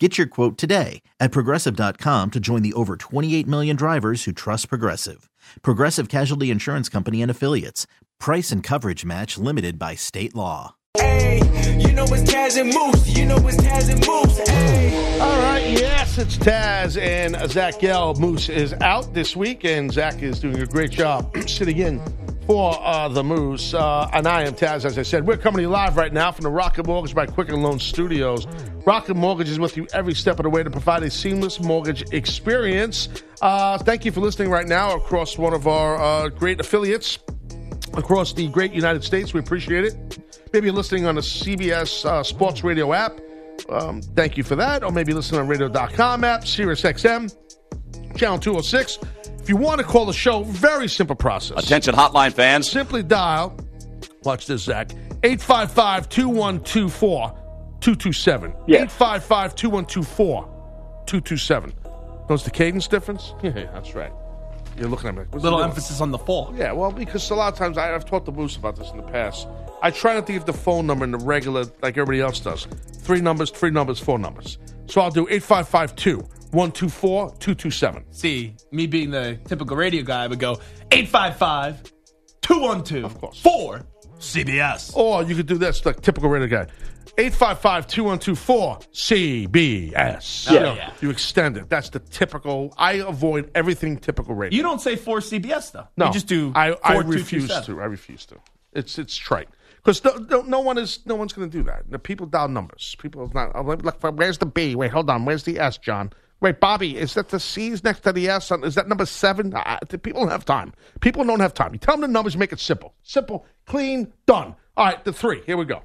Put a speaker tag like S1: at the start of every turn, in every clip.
S1: Get your quote today at progressive.com to join the over 28 million drivers who trust Progressive. Progressive Casualty Insurance Company and Affiliates. Price and coverage match limited by state law.
S2: Hey, you know it's Taz and Moose. You know it's Taz and Moose. Hey.
S3: All right, yes, it's Taz and Zach Yell. Moose is out this week, and Zach is doing a great job sitting in for uh, the Moose. Uh, and I am Taz, as I said. We're coming to you live right now from the Rocket Mortgage by Quicken Loan Studios. Rocket Mortgage is with you every step of the way to provide a seamless mortgage experience. Uh, thank you for listening right now across one of our uh, great affiliates across the great United States. We appreciate it. Maybe you're listening on the CBS uh, Sports Radio app. Um, thank you for that. Or maybe listening on radio.com app, Sirius XM, Channel 206. If you want to call the show, very simple process.
S4: Attention hotline fans.
S3: Simply dial, watch this, Zach, 855 2124 227. 855 2124 227. Notice the cadence difference? Yeah, yeah, that's right. You're looking at me. like, what's
S5: little
S3: the difference?
S5: emphasis on the fall.
S3: Yeah, well, because a lot of times I, I've talked to Moose about this in the past. I try not to give the phone number in the regular, like everybody else does. Three numbers, three numbers, four numbers. So I'll do 8552 124 227.
S5: See, me being the typical radio guy, I would go 855
S3: Of course. Oh.
S5: 212 4 CBS.
S3: Or you could do this, like typical radio guy. 855 2124 CBS.
S5: Yeah.
S3: You, know,
S5: Yeah.
S3: you extend it. That's the typical. I avoid everything typical radio.
S5: You don't say 4 CBS, though.
S3: No,
S5: You just do
S3: I, I
S5: 4227.
S3: refuse to. I refuse to. It's it's trite because no, no, no one is no one's going to do that. The people dial numbers. People is not. I'm like, Look, where's the B? Wait, hold on. Where's the S, John? Wait, Bobby, is that the C's next to the S? Is that number seven? I, I- people don't have time. People don't have time. You tell them the numbers, make it simple, simple, clean, done. All right, the three. Here we go.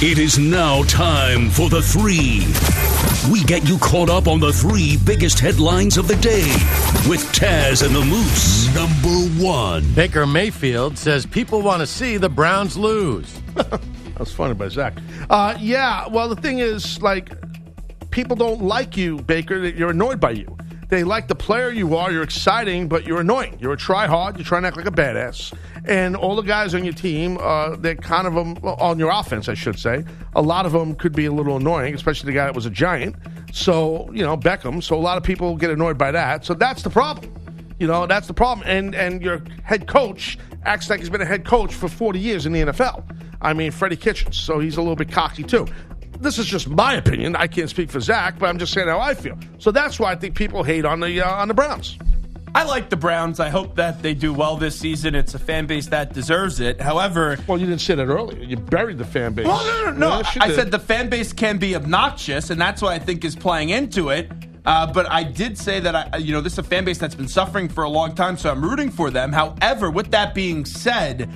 S6: It is now time for the three. We get you caught up on the three biggest headlines of the day with Taz and the Moose. Number one.
S7: Baker Mayfield says people want to see the Browns lose.
S3: That's funny by Zach. Uh, yeah, well, the thing is, like, people don't like you, Baker. They- You're annoyed by you. They like the player you are. You're exciting, but you're annoying. You're a try hard. You're trying to act like a badass. And all the guys on your team, uh, they're kind of um, well, on your offense, I should say. A lot of them could be a little annoying, especially the guy that was a giant. So, you know, Beckham. So a lot of people get annoyed by that. So that's the problem. You know, that's the problem. And and your head coach acts like he's been a head coach for 40 years in the NFL. I mean, Freddie Kitchens, so he's a little bit cocky too. This is just my opinion. I can't speak for Zach, but I'm just saying how I feel. So that's why I think people hate on the uh, on the Browns.
S5: I like the Browns. I hope that they do well this season. It's a fan base that deserves it. However,
S3: Well, you didn't say that earlier. You buried the fan base.
S5: Well, no, no, no.
S3: Yes, you
S5: I
S3: did.
S5: said the fan base can be obnoxious, and that's what I think is playing into it. Uh, but I did say that I, you know, this is a fan base that's been suffering for a long time, so I'm rooting for them. However, with that being said,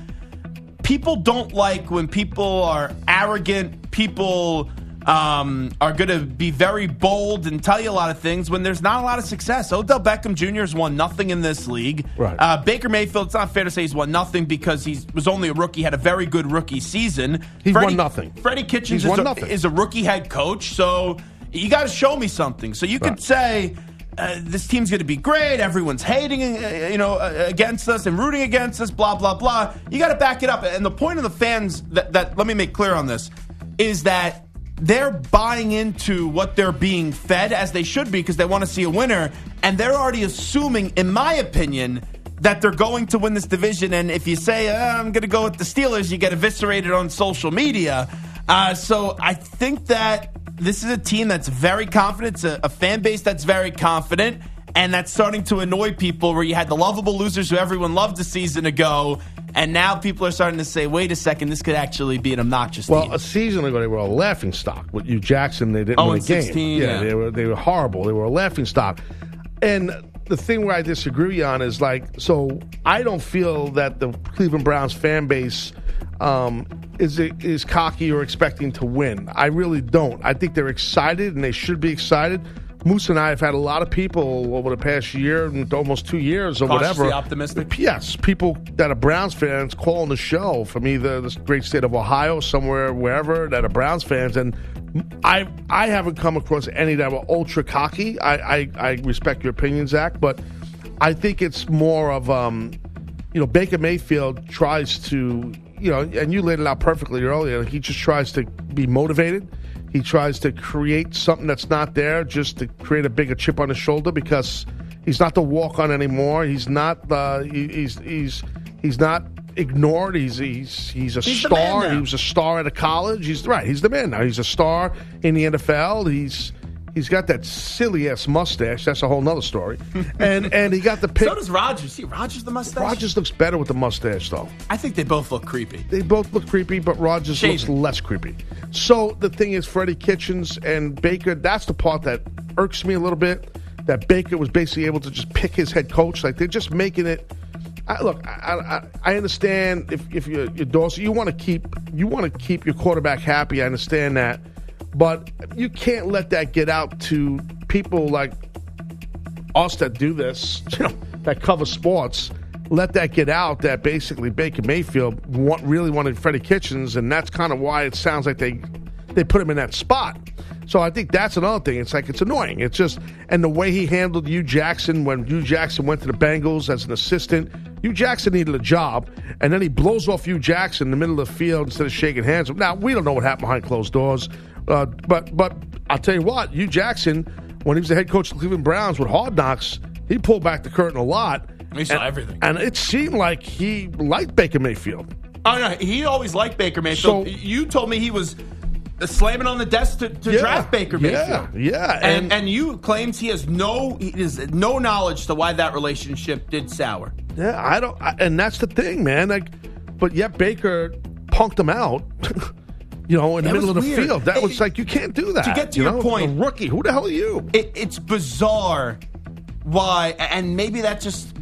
S5: people don't like when people are arrogant. People um, are going to be very bold and tell you a lot of things when there's not a lot of success. Odell Beckham Jr. has won nothing in this league.
S3: Right.
S5: Uh, Baker Mayfield. It's not fair to say he's won nothing because he was only a rookie, had a very good rookie season.
S3: He's
S5: Freddie-
S3: won nothing.
S5: Freddie Kitchens
S3: He's
S5: is
S3: won
S5: a,
S3: nothing.
S5: is a rookie head coach, so you got to show me something. So you
S3: Right.
S5: could say. Uh, this team's going to be great. Everyone's hating, uh, you know, uh, against us and rooting against us. Blah blah blah. You got to back it up. And the point of the fans that, that let me make clear on this is that they're buying into what they're being fed as they should be because they want to see a winner, and they're already assuming, in my opinion, that they're going to win this division. And if you say, uh, I'm going to go with the Steelers, you get eviscerated on social media. Uh, so I think that this is a team that's very confident, it's a, a fan base that's very confident. And that's starting to annoy people where you had the lovable losers who everyone loved a season ago. And now people are starting to say, wait a second, this could actually be an obnoxious
S3: Well,
S5: team.
S3: a season ago they were a laughing stock. With you Jackson, they didn't
S5: Oh,
S3: win a
S5: and
S3: game.
S5: 16, yeah.
S3: they were they were horrible. They were a laughing stock. And the thing where I disagree with you on is like, so I don't feel that the Cleveland Browns fan base um, is is cocky or expecting to win. I really don't. I think they're excited and they should be excited. Moose and I have had a lot of people over the past year and almost two years or
S5: Cautiously
S3: whatever.
S5: optimistic?
S3: Yes, people that are Browns fans calling the show from either the great state of Ohio, somewhere, wherever, that are Browns fans. And I I haven't come across any that were ultra cocky. I, I, I respect your opinion, Zach, but I think it's more of, um, you know, Baker Mayfield tries to, you know, and you laid it out perfectly earlier. He just tries to be motivated. He tries to create something that's not there just to create a bigger chip on his shoulder because he's not the walk on anymore. He's not the he, he's he's he's not ignored. He's he's he's a
S5: He's the man
S3: star.
S5: now.
S3: He was a star at a college. He's right. He's the man now. He's a star in the NFL. He's he's got that silly ass mustache. That's a whole nother story. and and he got the pick.
S5: So does Rogers. See, Rogers the mustache.
S3: Rogers looks better with the mustache though
S5: I think they both look creepy.
S3: they both look creepy, but Rogers looks
S5: Shaven.
S3: less creepy. So the thing is, Freddie Kitchens and Baker, that's the part that irks me a little bit. That Baker was basically able to just pick his head coach. Like they're just making it. I, look, I, I, I understand if, if you're, you're Dorsey, you want to keep you want to keep your quarterback happy. I understand that, but you can't let that get out to people like us that do this, you know, that cover sports, let that get out that basically Baker Mayfield want, really wanted Freddie Kitchens, and that's kind of why it sounds like they they put him in that spot. So I think that's another thing. It's like it's annoying. It's just and the way he handled Hugh Jackson when Hugh Jackson went to the Bengals as an assistant. Hugh Jackson needed a job, and then he blows off Hugh Jackson in the middle of the field instead of shaking hands. Now we don't know what happened behind closed doors, uh, but but I'll tell you what, Hugh Jackson when he was the head coach of the Cleveland Browns with Hard Knocks, he pulled back the curtain a lot.
S5: He saw
S3: and,
S5: everything.
S3: And it seemed like he liked Baker Mayfield.
S5: Oh no, he always liked Baker Mayfield.
S3: So-
S5: you told me he was slamming on the desk to, to
S3: Yeah,
S5: draft Baker
S3: yeah,
S5: Mayfield.
S3: yeah,
S5: and,
S3: and-
S5: and you claims he has no he has no knowledge to why that relationship did sour.
S3: Yeah, I don't. I, and that's the thing, man. Like, but yet Baker punked him out. you know, in the
S5: That
S3: middle of
S5: was
S3: the
S5: weird.
S3: field. That
S5: It-
S3: was like you can't do that.
S5: get to
S3: you
S5: your
S3: know?
S5: point-
S3: A rookie. Who the hell are you?
S5: It, it's bizarre why, and maybe that just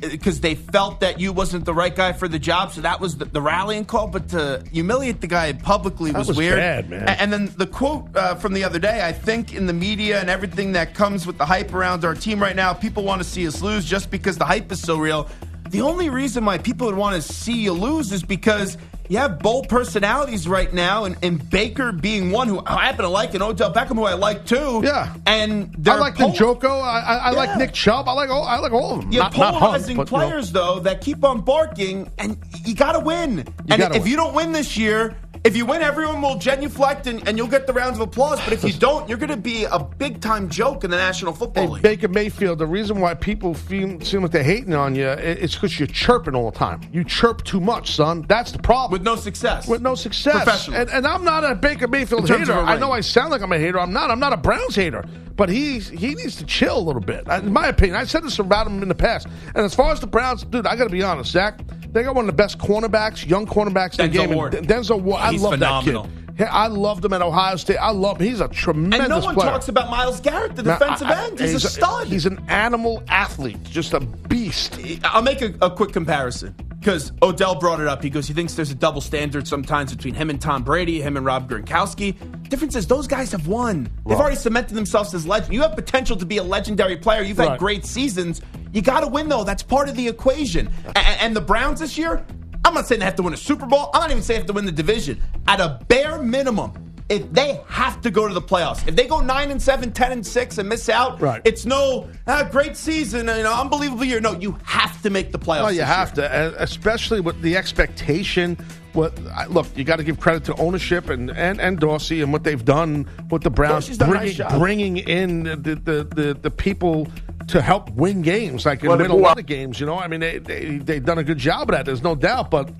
S5: because they felt that you wasn't the right guy for the job, so that was the, the rallying call. But to humiliate the guy publicly was,
S3: was
S5: weird.
S3: bad, man.
S5: A- And then the quote uh, from the other day, I think in the media and everything that comes with the hype around our team right now, people want to see us lose just because the hype is so real. The only reason why people would want to see you lose is because you have bold personalities right now, and, and Baker being one who I happen to like, and Odell Beckham who I like too.
S3: Yeah.
S5: and
S3: I
S5: they're
S3: like the
S5: pol-
S3: Joko. I, I, I
S5: Yeah.
S3: like Nick Chubb. I like all. I like all of them.
S5: You're
S3: Not- not Hunt,
S5: polarizing
S3: but, you know.
S5: players though that keep on barking, and you got to win. and
S3: gotta
S5: if
S3: win.
S5: you don't win this year, if you win, everyone will genuflect and, and you'll get the rounds of applause. But if you don't, you're going to be a big time joke in the National Football
S3: Hey,
S5: League.
S3: Baker Mayfield, the reason why people feel, seem like they're hating on you, i- it's because you're chirping all the time. You chirp too much, son. That's the problem.
S5: with no success.
S3: With no success.
S5: Professional.
S3: And, and I'm not a Baker Mayfield
S5: In terms
S3: hater.
S5: of a
S3: I know
S5: ring.
S3: I sound like I'm a hater. I'm not. I'm not a Browns hater. But he he needs to chill a little bit. In my opinion, I said this about him in the past. And as far as the Browns, dude, I got to be honest, Zach. They got one of the best cornerbacks, young cornerbacks in
S5: Denzel
S3: the game. and
S5: Ward.
S3: Den- Denzel Ward. I
S5: He's
S3: love
S5: phenomenal.
S3: that kid. Yeah, I loved him at Ohio State. I love him. He's a tremendous
S5: and no one
S3: player.
S5: talks about Miles Garrett, the
S3: Now,
S5: defensive
S3: I- I-
S5: end. He's, a stud.
S3: He's an animal athlete, just a beast.
S5: I'll make a, a quick comparison because Odell brought it up. He goes, he thinks there's a double standard sometimes between him and Tom Brady, him and Rob Gronkowski. Difference is those guys have won. They've already cemented themselves as legend. You have potential to be a legendary player. You've had
S3: Right.
S5: great seasons. You got to win though. That's part of the equation. A- a- and the Browns this year, I'm not saying they have to win a Super Bowl. I'm not even saying they have to win the division. At a bare minimum. If they have to go to the playoffs, if they go nine and seven, 10 and six, and miss out,
S3: Right.
S5: it's no ah, great season, you know, unbelievable year. No, you have to make the playoffs.
S3: Oh, you
S5: this
S3: have
S5: year.
S3: to, and especially with the expectation. What I- look, you got to give credit to ownership and, and, and Dorsey and what they've done with the Browns,
S5: Dorsey's done a nice
S3: bringing,
S5: job.
S3: bringing in the, the, the, the people to help win games, like and
S5: Let it
S3: win a
S5: go
S3: lot
S5: up.
S3: of games. You know, I mean, they, they they've done a good job of that. There's no doubt, but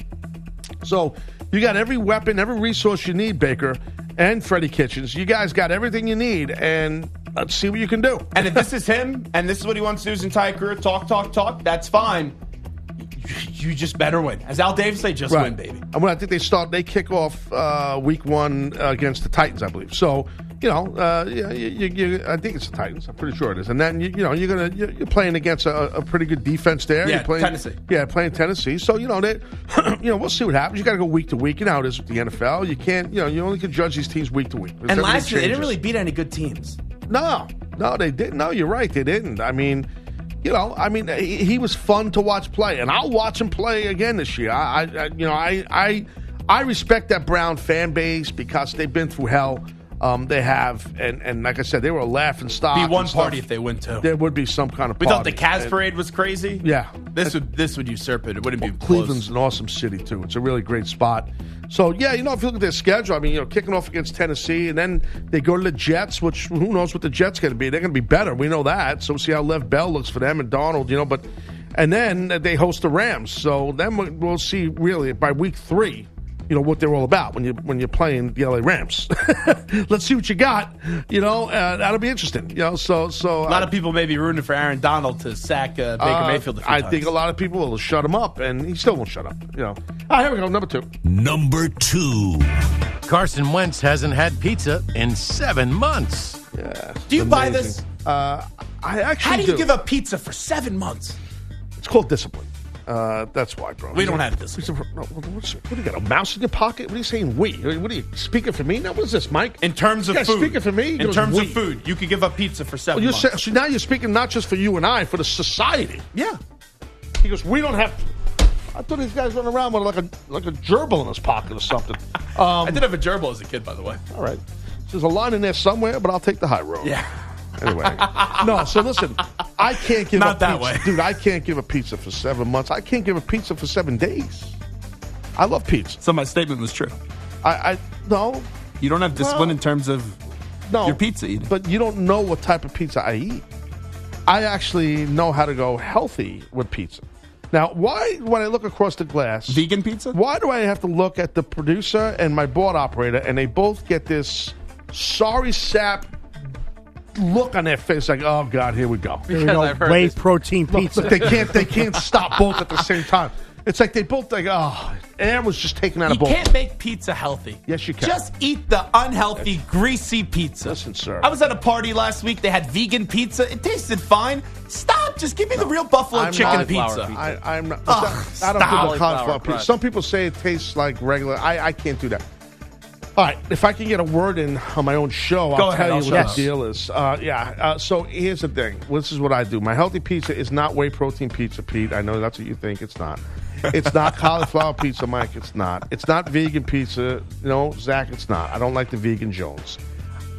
S3: So you got every weapon, every resource you need, Baker and Freddie Kitchens. You guys got everything you need, and let's see what you can do.
S5: And if this is him, and this is what he wants to do his entire career, talk, talk, talk, that's fine. You just better win. As Al Davis say, just win, baby.
S3: And when I think they start, they kick off uh, week one uh, against the Titans, I believe. So you know, uh, yeah, you, you, you, I think it's the Titans. I'm pretty sure it is. And then you, you know, you're gonna you're, you're playing against a, a pretty good defense there.
S5: Yeah,
S3: you're playing,
S5: Tennessee.
S3: Yeah, playing Tennessee. So you know, they, you know, we'll see what happens. You got to go week to week. You know how it is with the NFL. You can't, you know, you only can judge these teams week to week.
S5: And
S3: Everything
S5: last year, they didn't
S3: changes.
S5: really beat any good teams.
S3: No, No, they didn't. No, you're right. They didn't. I mean, you know, I mean, he, he was fun to watch play, and I'll watch him play again this year. I, I I- you know, I, I, I respect that Brown fan base because they've been through hell. Um, they have, and and like I said, they were a laughing stock.
S5: Be
S3: and
S5: one
S3: stuff.
S5: party if they win too.
S3: There would be some kind of.
S5: we thought the
S3: party.
S5: Cavs
S3: And
S5: parade was crazy.
S3: Yeah.
S5: this would this would usurp it. It wouldn't be
S3: Cleveland's
S5: close.
S3: an awesome city too. It's a really great spot. So yeah, you know, if you look at their schedule, I mean, you know, kicking off against Tennessee, and then they go to the Jets, which who knows what the Jets going to be? They're going to be better. We know that. So we'll see how Lev Bell looks for them and Donald, you know. But and then they host the Rams. So then we- we'll see really by week three you know what they're all about when you when you're playing the LA Rams. Let's see what you got. You know uh, that'll be interesting. You know, so so
S5: A lot of people may be rooting for Aaron Donald to sack uh, Baker
S3: uh,
S5: Mayfield. A few
S3: I
S5: times.
S3: think a lot of people will shut him up, and he still won't shut up. You know. Ah, here we go. Number two.
S6: Number two.
S7: Carson Wentz hasn't had pizza in seven months.
S5: Do you buy this?
S3: Uh, I actually
S5: How do you
S3: do.
S5: give up pizza for seven months?
S3: It's called discipline. Uh, that's why, bro.
S5: We don't
S3: Yeah.
S5: have discipline.
S3: No, what, what's- what do you got? A mouse in your pocket? What are you saying? We? What are you speaking for me? Now, what is this, Mike?
S5: In terms of
S3: You guys
S5: food,
S3: speaking for me? There
S5: in
S3: was
S5: terms
S3: we.
S5: of food, you could give up pizza for seven
S3: You're
S5: months.
S3: sa- so now you're speaking not just for you and I, for the society.
S5: yeah,
S3: He goes, "We don't have." I thought these guys run around with like a like a gerbil in his pocket or something. Um,
S5: I did have a gerbil as a kid, by the way.
S3: All right. There's a line in there somewhere, but I'll take the high road.
S5: Yeah.
S3: Anyway. no, so listen, I can't give
S5: Not
S3: a
S5: that
S3: pizza.
S5: way.
S3: Dude, I can't give a pizza for seven months. I can't give a pizza for seven days. I love pizza.
S5: So my statement was true.
S3: I, I no,
S5: You don't have discipline in terms of
S3: no.
S5: Your pizza eating.
S3: But you don't know what type of pizza I eat. I actually know how to go healthy with pizza. Now, why when I look across the glass
S5: vegan pizza.
S3: why do I have to look at the producer and my board operator and they both get this sorry sap look on their face like, oh God, here we go.
S4: There we go. Whey protein pizza.
S3: Look, they can't they can't stop both at the same time. It's like they both like, oh Aaron was just taken out
S5: You
S3: of both.
S5: can't make pizza healthy.
S3: Yes, you can.
S5: Just eat the unhealthy, greasy pizza.
S3: Listen, sir.
S5: I was at a party last week. They had vegan pizza. It tasted fine. Stop. Just give me the real buffalo
S3: I'm
S5: chicken
S3: not-
S5: pizza.
S3: I, I'm not.
S5: Ugh,
S3: I don't
S5: stop.
S3: do the cauliflower
S5: Cauliflower
S3: pizza.
S5: crust.
S3: Some people say it tastes like regular. I, I can't do that. All right, if I can get a word in on my own show, I'll
S5: ahead,
S3: tell
S5: I'll
S3: you
S5: shut
S3: what
S5: up.
S3: the deal is. Uh, yeah. Uh, so here's the thing. This is what I do. My healthy pizza is not whey protein pizza, Pete. I know that's what you think. It's not. It's not cauliflower pizza, Mike. It's not. It's not vegan pizza. No, Zach. It's not. I don't like the vegan Jones.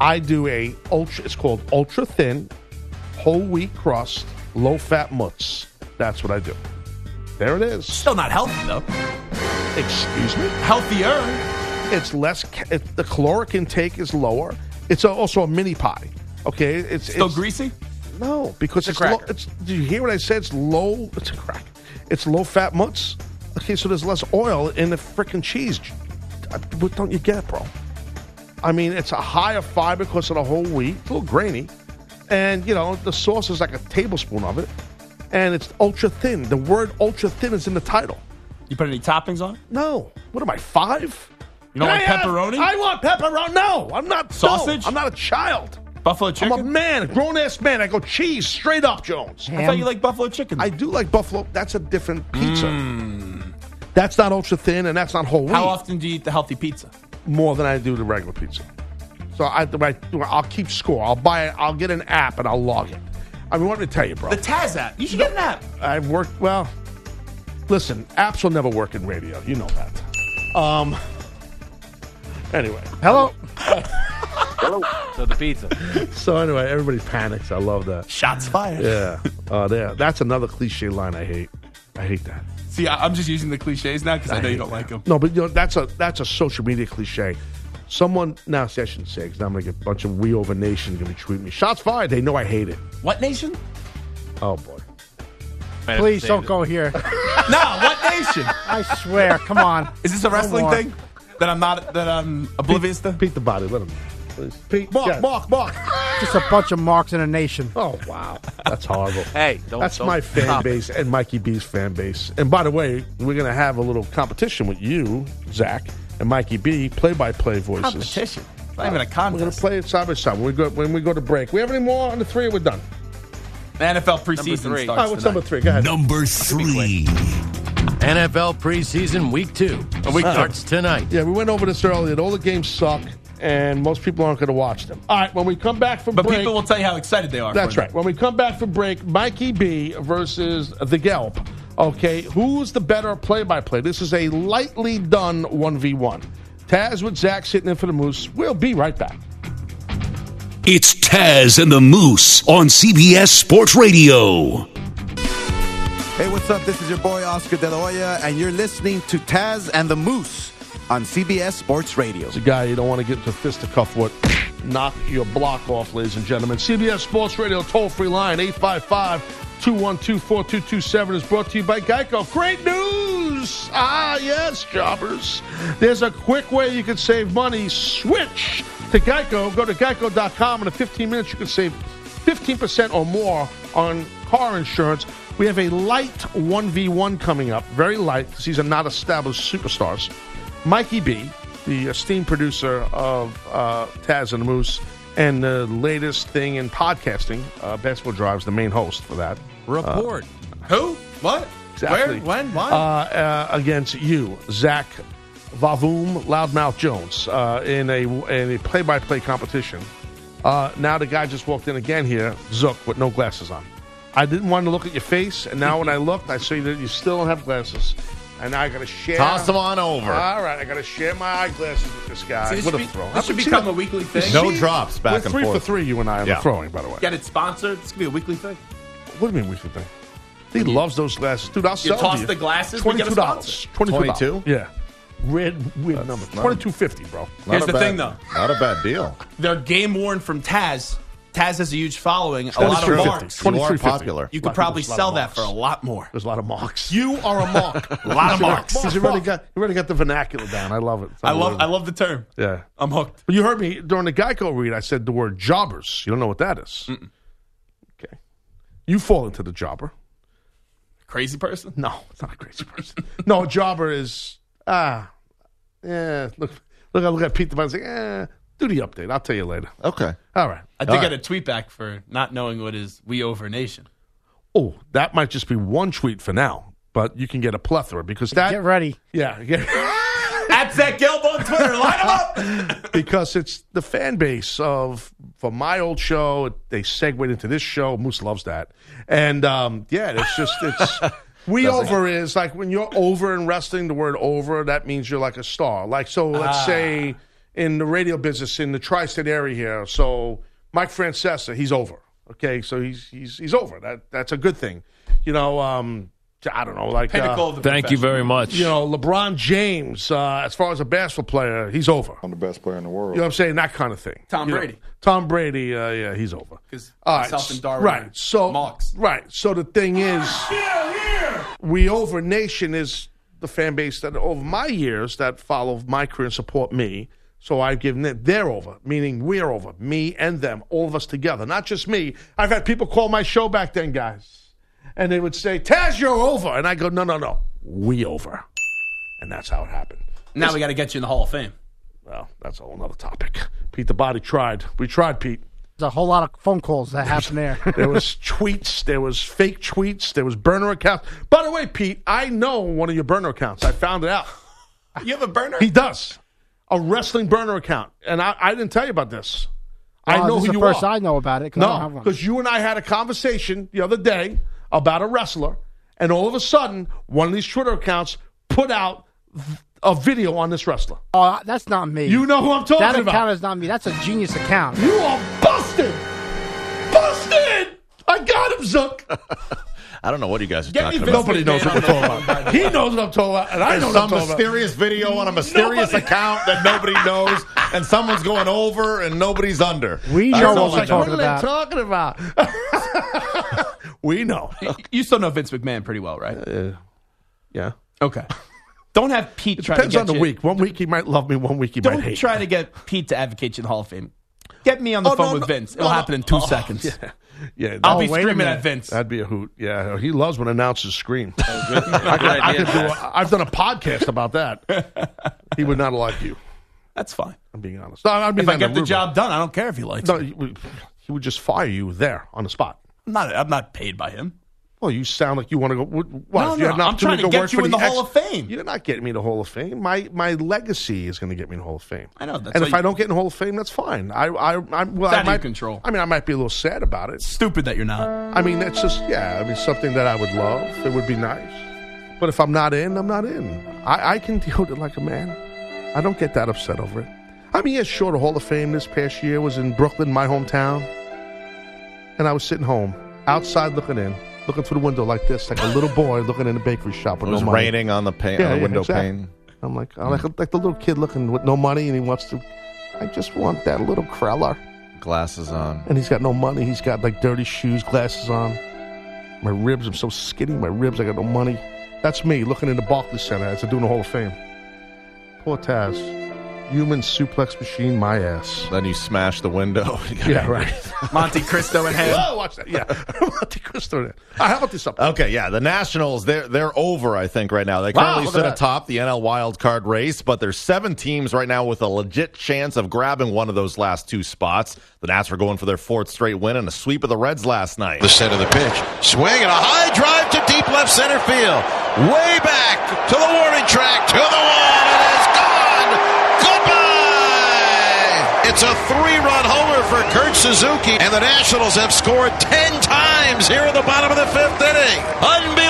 S3: I do a ultra. It's called ultra thin whole wheat crust, low fat mutts. That's what I do. There it is.
S5: Still not healthy though.
S3: Excuse me.
S5: Healthier.
S3: It's less. ca- It, the caloric intake is lower. It's a, also a mini pie. Okay. It's
S5: Still
S3: it's,
S5: greasy.
S3: No, because it's,
S5: a
S3: low.
S5: cracker.
S3: It's, do you hear what I said? It's low. It's a crack. It's low fat mutts. Okay, so there's less oil in the freaking cheese. Uh, What don't you get, bro? I mean, it's a higher fiber because of the whole wheat. It's a little grainy, and you know the sauce is like a tablespoon of it, and it's ultra thin. The word ultra thin is in the title.
S5: You put any toppings on? it?
S3: No. What am I, five? You
S5: don't like pepperoni?
S3: I want pepperoni. No, I'm not. no,
S5: Sausage?
S3: I'm not a child.
S5: Buffalo chicken.
S3: I'm a man, a grown ass man. I go cheese straight up, Jones.
S5: I thought you liked buffalo chicken.
S3: I do like buffalo. That's a different pizza. That's not ultra thin and that's not whole wheat.
S5: Mmm. How often do you eat the healthy pizza?
S3: More than I do the regular pizza. So I, I, I'll keep score. I'll buy it. I'll get an app and I'll log it. I mean, what did I tell you, bro?
S5: The Taz app. You should get an app.
S3: I've worked well. Listen, apps will never work in radio. You know that. Um. Anyway, hello.
S8: So the pizza.
S3: So anyway, everybody panics. I love that.
S5: Shots fired.
S3: Yeah. Oh, there. That's another cliche line I hate. I hate that.
S5: See, I, I'm just using the cliches now because I, know you don't like them.
S3: No, but you know that's a that's a social media cliche. Someone now, see, I shouldn't say because I'm gonna get a bunch of we over nation gonna tweet me. Shots fired. They know I hate it.
S5: What nation?
S3: Oh boy.
S4: Please don't go here.
S5: No, what nation?
S4: I swear. Come on.
S5: Is this a wrestling
S4: more.
S5: thing that I'm not that I'm oblivious to?
S3: Pete the body. Let him. Please. Pete.
S4: Mark,
S3: Mark. Mark.
S4: Just a bunch of marks in a nation.
S3: Oh wow. That's horrible.
S8: Hey, don't.
S3: That's
S8: don't
S3: my fan
S8: stop it.
S3: base and Mikey B's fan base. And by the way, we're going to have a little competition with you, Zach, and Mikey B, play by play voices.
S5: Competition. It's not even a
S3: We're going to
S5: contest.
S3: play it side by side. When we go, when we go to break, we have any more on the three? We're done.
S5: The NFL preseason
S8: Number three.
S5: starts
S3: All right, what's
S5: tonight.
S3: number three? Go ahead.
S6: Number three.
S7: NFL preseason week two. Week starts tonight.
S3: Yeah, we went over this earlier. All the games suck. and most people aren't going to watch them. All right, when we come back from
S5: But
S3: break,
S5: people will tell you how excited they are.
S3: that's
S5: for
S3: right. When we come back from break, Mikey B versus the Gelb. Okay, who's the better play-by-play? This is a lightly done one v one. Taz with Zach sitting in for the Moose. We'll be right back.
S6: It's Taz and the Moose on CBS Sports Radio.
S9: Hey, what's up? This is your boy Oscar De La Hoya, and you're listening to Taz and the Moose on CBS Sports Radio.
S3: It's a guy you don't want to get into a fisticuff with. Knock your block off, ladies and gentlemen. CBS Sports Radio toll free line 855 212 4227 is brought to you by Geico. Great news! Ah, yes, jobbers. There's a quick way you can save money. Switch to Geico. Go to geico.com, and in 15 minutes, you can save 15% or more on car insurance. We have a light 1v1 coming up, very light, because these are not established superstars. Mikey B, the esteemed producer of uh, Taz and the Moose, and the latest thing in podcasting, uh, Basketball Drive is the main host for that.
S8: Report.
S5: you. Who? What?
S3: Exactly.
S5: Where? When? Why?
S3: Uh, uh, against you, Zach Vavoom Loudmouth Jones, uh, in a in a play by play competition. Uh, now the guy just walked in again here, Zook, with no glasses on. I didn't want to look at your face, and now when I looked, I see that you still don't have glasses. And now I got to share.
S10: Toss them on over.
S3: All right, I got to share my eyeglasses with this guy.
S5: See, this
S3: what a
S5: should be-
S3: throw!
S5: This should become a weekly thing.
S10: No drops back
S3: We're
S10: and
S3: three
S10: forth.
S3: for three, you and I, on
S10: Yeah.
S3: the throwing, by the way.
S5: Get it sponsored. This could be a weekly thing.
S3: What do you mean we should think? He loves those glasses, dude. I'll sell them
S5: toss
S3: to you.
S5: the glasses, we get a
S3: Twenty-two dollars.
S5: sponsor.
S3: Twenty-two.
S10: 22?
S3: Yeah. Red weird number.
S10: not-
S3: Twenty-two fifty, bro.
S10: Not
S5: Here's
S10: a
S5: the
S10: bad-
S5: thing, though.
S10: Not a bad deal.
S5: They're game worn from Taz. Taz has a huge following. A
S10: That's
S5: lot
S10: true.
S5: of marks.
S10: You are
S3: 23.50.
S10: popular.
S5: You
S3: Lot
S5: could
S3: of-
S5: probably
S3: lot of
S5: sell that
S3: marks.
S5: for a lot more.
S3: There's a lot of marks.
S5: You are a mark. a lot of marks.
S3: He's already got. You already got the vernacular down. I love it. It's
S5: I love. I
S3: unbelievable.
S5: love the term.
S3: Yeah.
S5: I'm hooked.
S3: But you heard me during the Geico read. I said the word jobbers. You don't know what that is. Okay. You fall into the jobber.
S5: Crazy person.
S3: No, it's not a crazy person. no, a jobber is ah, yeah. Look, look, I look at Pete Devine. Like, eh, do the update. I'll tell you later.
S10: Okay.
S3: All right.
S5: I did
S10: All
S5: get
S10: right.
S5: a tweet back for not knowing what is We Over Nation.
S3: Oh, that might just be one tweet for now, but you can get a plethora because that
S4: Get ready.
S3: yeah, yeah.
S5: At Zach Gelb on Twitter. Line him up.
S3: because it's the fan base of for my old show. They segued into this show. Moose loves that, and um, yeah, it's just it's. We over is like when you're over in wrestling. The word over that means you're like a star. Like so, let's say in the radio business in the tri-state area here. So Mike Francesa, he's over. Okay, so he's he's he's over. That that's a good thing. You know, um, I don't know, like uh,
S5: Pinnacle of the
S8: Thank you
S5: profession.
S8: very much.
S3: you know, LeBron James, uh, as far as a basketball player, he's over. I'm the best player in the world. You know what I'm saying? That kind of thing.
S5: Tom
S3: You know,
S5: Brady.
S3: Tom Brady, uh, yeah, he's over.
S5: 'Cause
S3: All right,
S5: myself and
S3: s-
S5: Darwin are
S3: Right. So,
S5: marks.
S3: Right. So the thing is, we over nation is the fan base that over my years that follow my career and support me. So I've given it. They're over, meaning we're over. Me and them, all of us together, not just me. I've had people call my show back then, guys, and they would say, "Taz, you're over," and I go, "No, no, no, we over," and that's how it happened.
S5: Now we got to get you in the Hall of Fame.
S3: Well, that's a whole other topic. Pete the Body tried. We tried, Pete.
S4: There's a whole lot of phone calls that happen there.
S3: There was tweets. There was fake tweets. There was burner accounts. By the way, Pete, I know one of your burner accounts. I found it out.
S5: You have a burner?
S3: He does a wrestling burner account, and I, I didn't tell you about this. I
S4: Uh,
S3: know
S4: this
S3: who
S4: is the
S3: you
S4: first
S3: are.
S4: I know about it. 'cause I don't
S3: No,
S4: have one.
S3: because you and I had a conversation the other day about a wrestler, and all of a sudden, one of these Twitter accounts put out a video on this wrestler.
S4: Oh, that's not me.
S3: You know who I'm talking
S4: that
S3: about.
S4: account is not me. That's a genius account.
S3: You are busted! Busted! I got him, Zook!
S10: I don't know what you guys are
S5: Get
S10: talking
S5: me
S10: about.
S3: Nobody knows what we're talking about. He knows what I'm talking about, and I know
S10: There's
S3: what I'm
S10: some
S3: talking about.
S10: mysterious video on a mysterious
S3: Nobody-
S10: account that nobody knows, and someone's going over and nobody's under.
S4: We
S10: That's
S4: know
S10: all
S4: what
S10: I
S4: we're talking
S3: what
S4: about.
S3: are they talking about? we know.
S5: You still know Vince McMahon pretty well, right?
S3: Yeah.
S5: Okay. Don't have Pete try
S3: Depends
S5: to get
S3: on the
S5: you-
S3: week. One week he might love me, one week he might
S5: Don't
S3: hate
S5: try
S3: me.
S5: to get Pete to advocate you in the Hall of Fame. Get me on the
S3: Oh,
S5: phone
S3: no,
S5: with
S3: no,
S5: Vince.
S3: no,
S5: It'll
S3: no.
S5: happen in two
S3: Oh,
S5: seconds.
S3: Yeah, that,
S5: I'll be
S4: Oh, wait a
S5: screaming
S4: minute.
S5: at Vince. Oh,
S3: that'd be a hoot. Yeah, he loves when announcers scream.
S8: Good
S3: I
S8: idea,
S3: could do
S8: Taz.
S3: a, I've done a podcast about that. He would not like you.
S5: That's fine.
S3: I'm being honest. No, I mean,
S5: If I
S3: I'm
S5: get the
S3: rude.
S5: job done, I don't care if he likes
S3: no,
S5: it.
S3: he would- he would just fire you there on the spot.
S5: I'm not, I'm not paid by him.
S3: Well, you sound like you want to go. wh- What,
S5: No,
S3: if you
S5: no,
S3: had an
S5: I'm
S3: opportunity
S5: trying to get
S3: work
S5: you
S3: for
S5: in the Hall of Fame.
S3: You're not getting me to Hall of Fame. My my legacy is going to get me in the Hall of Fame.
S5: I know, that's
S3: and
S5: why
S3: if
S5: you-
S3: I don't get in the Hall of Fame, that's fine. I I I'm, well,
S5: It's out
S3: I
S5: of
S3: might,
S5: your control.
S3: I mean, I might be a little sad about it.
S5: Stupid that you're not.
S3: I mean, that's just yeah. I mean, something that I would love. It would be nice. But if I'm not in, I'm not in. I, I can deal with it like a man. I don't get that upset over it. I mean, yeah, sure. The Hall of Fame this past year was in Brooklyn, my hometown, and I was sitting home, outside looking in, looking through the window like this, like a little boy looking in a bakery shop with
S10: It was
S3: no money.
S10: raining on the, pane,
S3: Yeah,
S10: on the
S3: yeah,
S10: window
S3: exactly.
S10: pane.
S3: I'm like, I like, like the little kid looking with no money, and he wants to. I just want that little Kreller.
S10: Glasses on.
S3: And he's got no money. He's got like dirty shoes, glasses on. My ribs, I'm so skinny. My ribs, I got no money. That's me looking in the Barclays Center as they're doing the Hall of Fame. Poor Taz. Human suplex machine, my ass.
S10: Then you smash the window.
S3: Yeah, right.
S5: Monte Cristo and him.
S3: oh, watch that. Yeah. Monte Cristo. there. All right, how about this up?
S10: Okay, yeah, the Nationals they're they're over I think right now. They
S5: Wow,
S10: currently
S5: look at
S10: sit
S5: that.
S10: atop the NL wild card race, but there's seven teams right now with a legit chance of grabbing one of those last two spots. The Nats were going for their fourth straight win and a sweep of the Reds last night.
S11: The center of the pitch. Swing and a high drive to deep left center field. Way back to the warning track, to the wall, and it's gone. Goodbye. It's a three run homer for Kurt Suzuki, and the Nationals have scored 10 times here in the bottom of the fifth inning.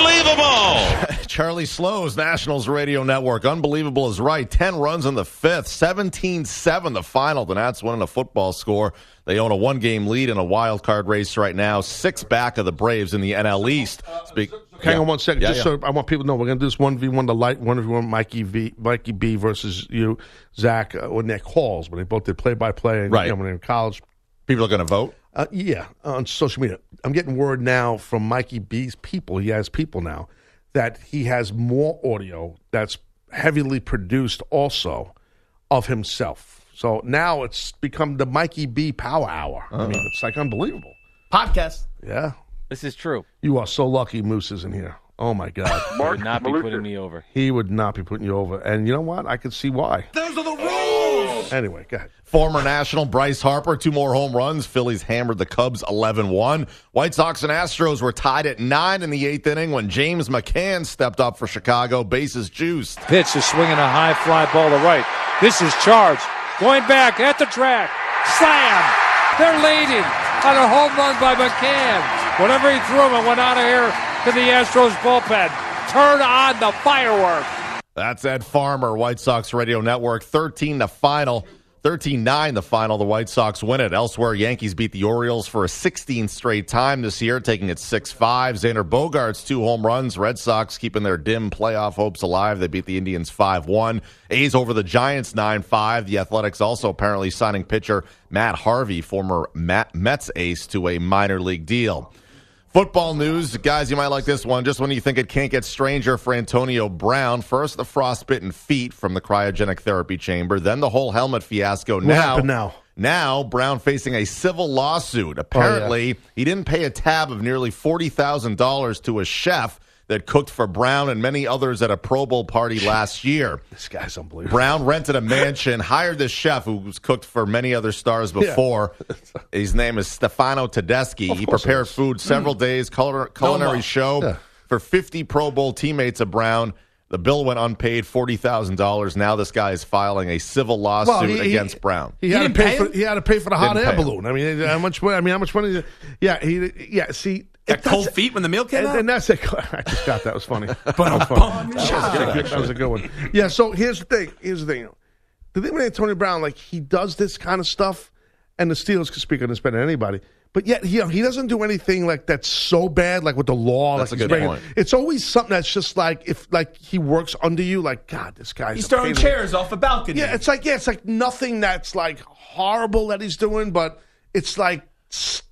S11: Unbelievable.
S10: Charlie Slows, Nationals Radio Network. Unbelievable is right. 10 runs in the fifth, 17 7 the final. The Nats winning a football score. They own a one game lead in a wild card race right now, six back of the Braves in the NL East. Speak-
S3: Hang
S10: Yeah.
S3: on one second,
S10: Yeah,
S3: just
S10: yeah.
S3: so I want people to know we're going to do this one v one to light one v one Mikey V Mikey B versus you Zach uh, or Nick Halls when they both did play by play and
S10: Right.
S3: you know, when they were in college.
S10: People are going to vote.
S3: Uh, yeah, on social media. I'm getting word now from Mikey B's people. He has people now that he has more audio that's heavily produced also of himself. So now it's become the Mikey B Power Hour. I mean, it's like unbelievable.
S5: Podcast.
S3: Yeah,
S8: This is true.
S3: you are so lucky. Moose is in here. Oh my God.
S8: Mark would not be putting me over.
S3: He would not be putting you over. And you know what? I could see why. Those are the rules. Anyway, go ahead.
S10: Former National Bryce Harper, two more home runs. Phillies hammered the Cubs 11 1. White Sox and Astros were tied at nine in the eighth inning when James McCann stepped up for Chicago, bases juiced.
S12: Pitch is swinging a high fly ball to right. This is charged. Going back at the track. Slam! They're leading on a home run by McCann. Whatever he threw him, it went out of here to the Astros bullpen. Turn on the fireworks.
S10: That's Ed Farmer, White Sox Radio Network. 13 the final. 13 9 the final. The White Sox win it. Elsewhere, Yankees beat the Orioles for a 16th straight time this year, taking it 6 5. Xander Bogarts, two home runs. Red Sox keeping their dim playoff hopes alive. They beat the Indians 5 1. A's over the Giants 9 5. The Athletics also apparently signing pitcher Matt Harvey, former Matt Mets ace, to a minor league deal. Football news, guys, you might like this one. Just when you think it can't get stranger for Antonio Brown, first the frostbitten feet from the cryogenic therapy chamber, then the whole helmet fiasco. now,
S3: happened now? Oh,
S10: now Brown facing a civil lawsuit. Apparently, he didn't pay a tab of nearly forty thousand dollars to a chef that cooked for Brown and many others at a Pro Bowl party last year.
S3: This guy's unbelievable.
S10: Brown rented a mansion, hired this chef who was cooked for many other stars before. His name is Stefano Tedeschi. He
S3: course it
S10: prepared
S3: is. Mm.
S10: food several days, culinar- culinary show
S3: Yeah.
S10: for 50 Pro Bowl teammates of Brown. The bill went unpaid, $40,000. Now this guy is filing a civil lawsuit
S3: he- he-
S10: against Brown.
S3: He had, to
S5: didn't
S3: pay
S5: pay
S3: for,
S5: him?
S3: he had to pay for the hot
S10: Didn't
S3: air
S10: pay him.
S3: balloon. I mean, uh, how much? I mean, how much money? Yeah, he. Yeah, see,
S5: That
S3: it doesn't-
S5: cold feet when the meal came
S3: And,
S5: out?
S3: and that's it. I just got that. It was funny. That was funny. That was a good- that was a good one. Yeah. So here's the thing. Here's the thing. The thing with Antonio Brown, like he does this kind of stuff, and the Steelers could speak on this better than anybody. But yet, you know, he doesn't do anything like that's so bad, like with the law.
S10: That's
S3: like
S10: a
S3: he's
S10: good
S3: breaking-
S10: point.
S3: It's always something that's just like if like he works under you, like God, this guy's
S5: He's
S3: a
S5: throwing
S3: pain in the-
S5: chairs off a balcony.
S3: yeah, it's like yeah, it's like nothing that's like horrible that he's doing, but it's like
S10: It's,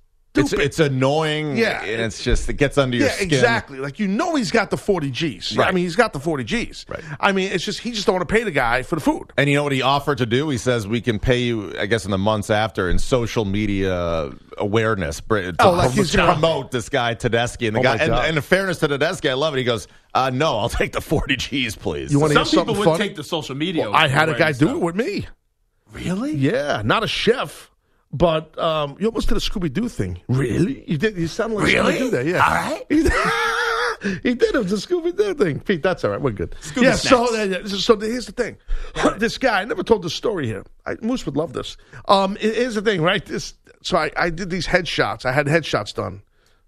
S3: stupid.
S10: it's annoying,
S3: Yeah.
S10: and it's just, it gets under your
S3: yeah,
S10: skin.
S3: exactly. Like you know, he's got the forty Gs.
S10: Right.
S3: I mean, he's got the forty Gs.
S10: Right.
S3: I mean, it's just he just don't want to pay the guy for the food.
S10: And you know what he offered to do? He says we can pay you, I guess, in the months after in social media awareness br- to
S3: Oh, like
S10: prom-
S3: he's
S10: to
S3: gonna-
S10: promote this guy Tedeschi and the
S3: Oh,
S10: guy.
S3: my
S10: And,
S3: God.
S10: and in fairness to Tedeschi, I love it. He goes, uh, "No, I'll take the forty G's, please."
S3: You want to
S8: Some
S3: hear
S8: people
S3: something
S8: would
S3: funny?
S8: take the social media.
S3: I had a
S8: away
S3: guy
S8: and
S3: do
S8: stuff.
S3: it with me.
S5: Really?
S3: Yeah, not a chef, but um, you almost did a Scooby Doo thing. Really? You did. You sound like
S5: Really?
S3: Scooby Doo there. Yeah.
S5: All right.
S3: You did- he did. It was a Scooby Doo thing. Pete, that's all right. We're good.
S11: Scooby
S3: yeah. So,
S11: snacks.
S3: uh, yeah, so here's the thing. this guy, I never told the story here. I, Moose would love this. Um, he- here's the thing, right? This. So I, I did these headshots. I had headshots done,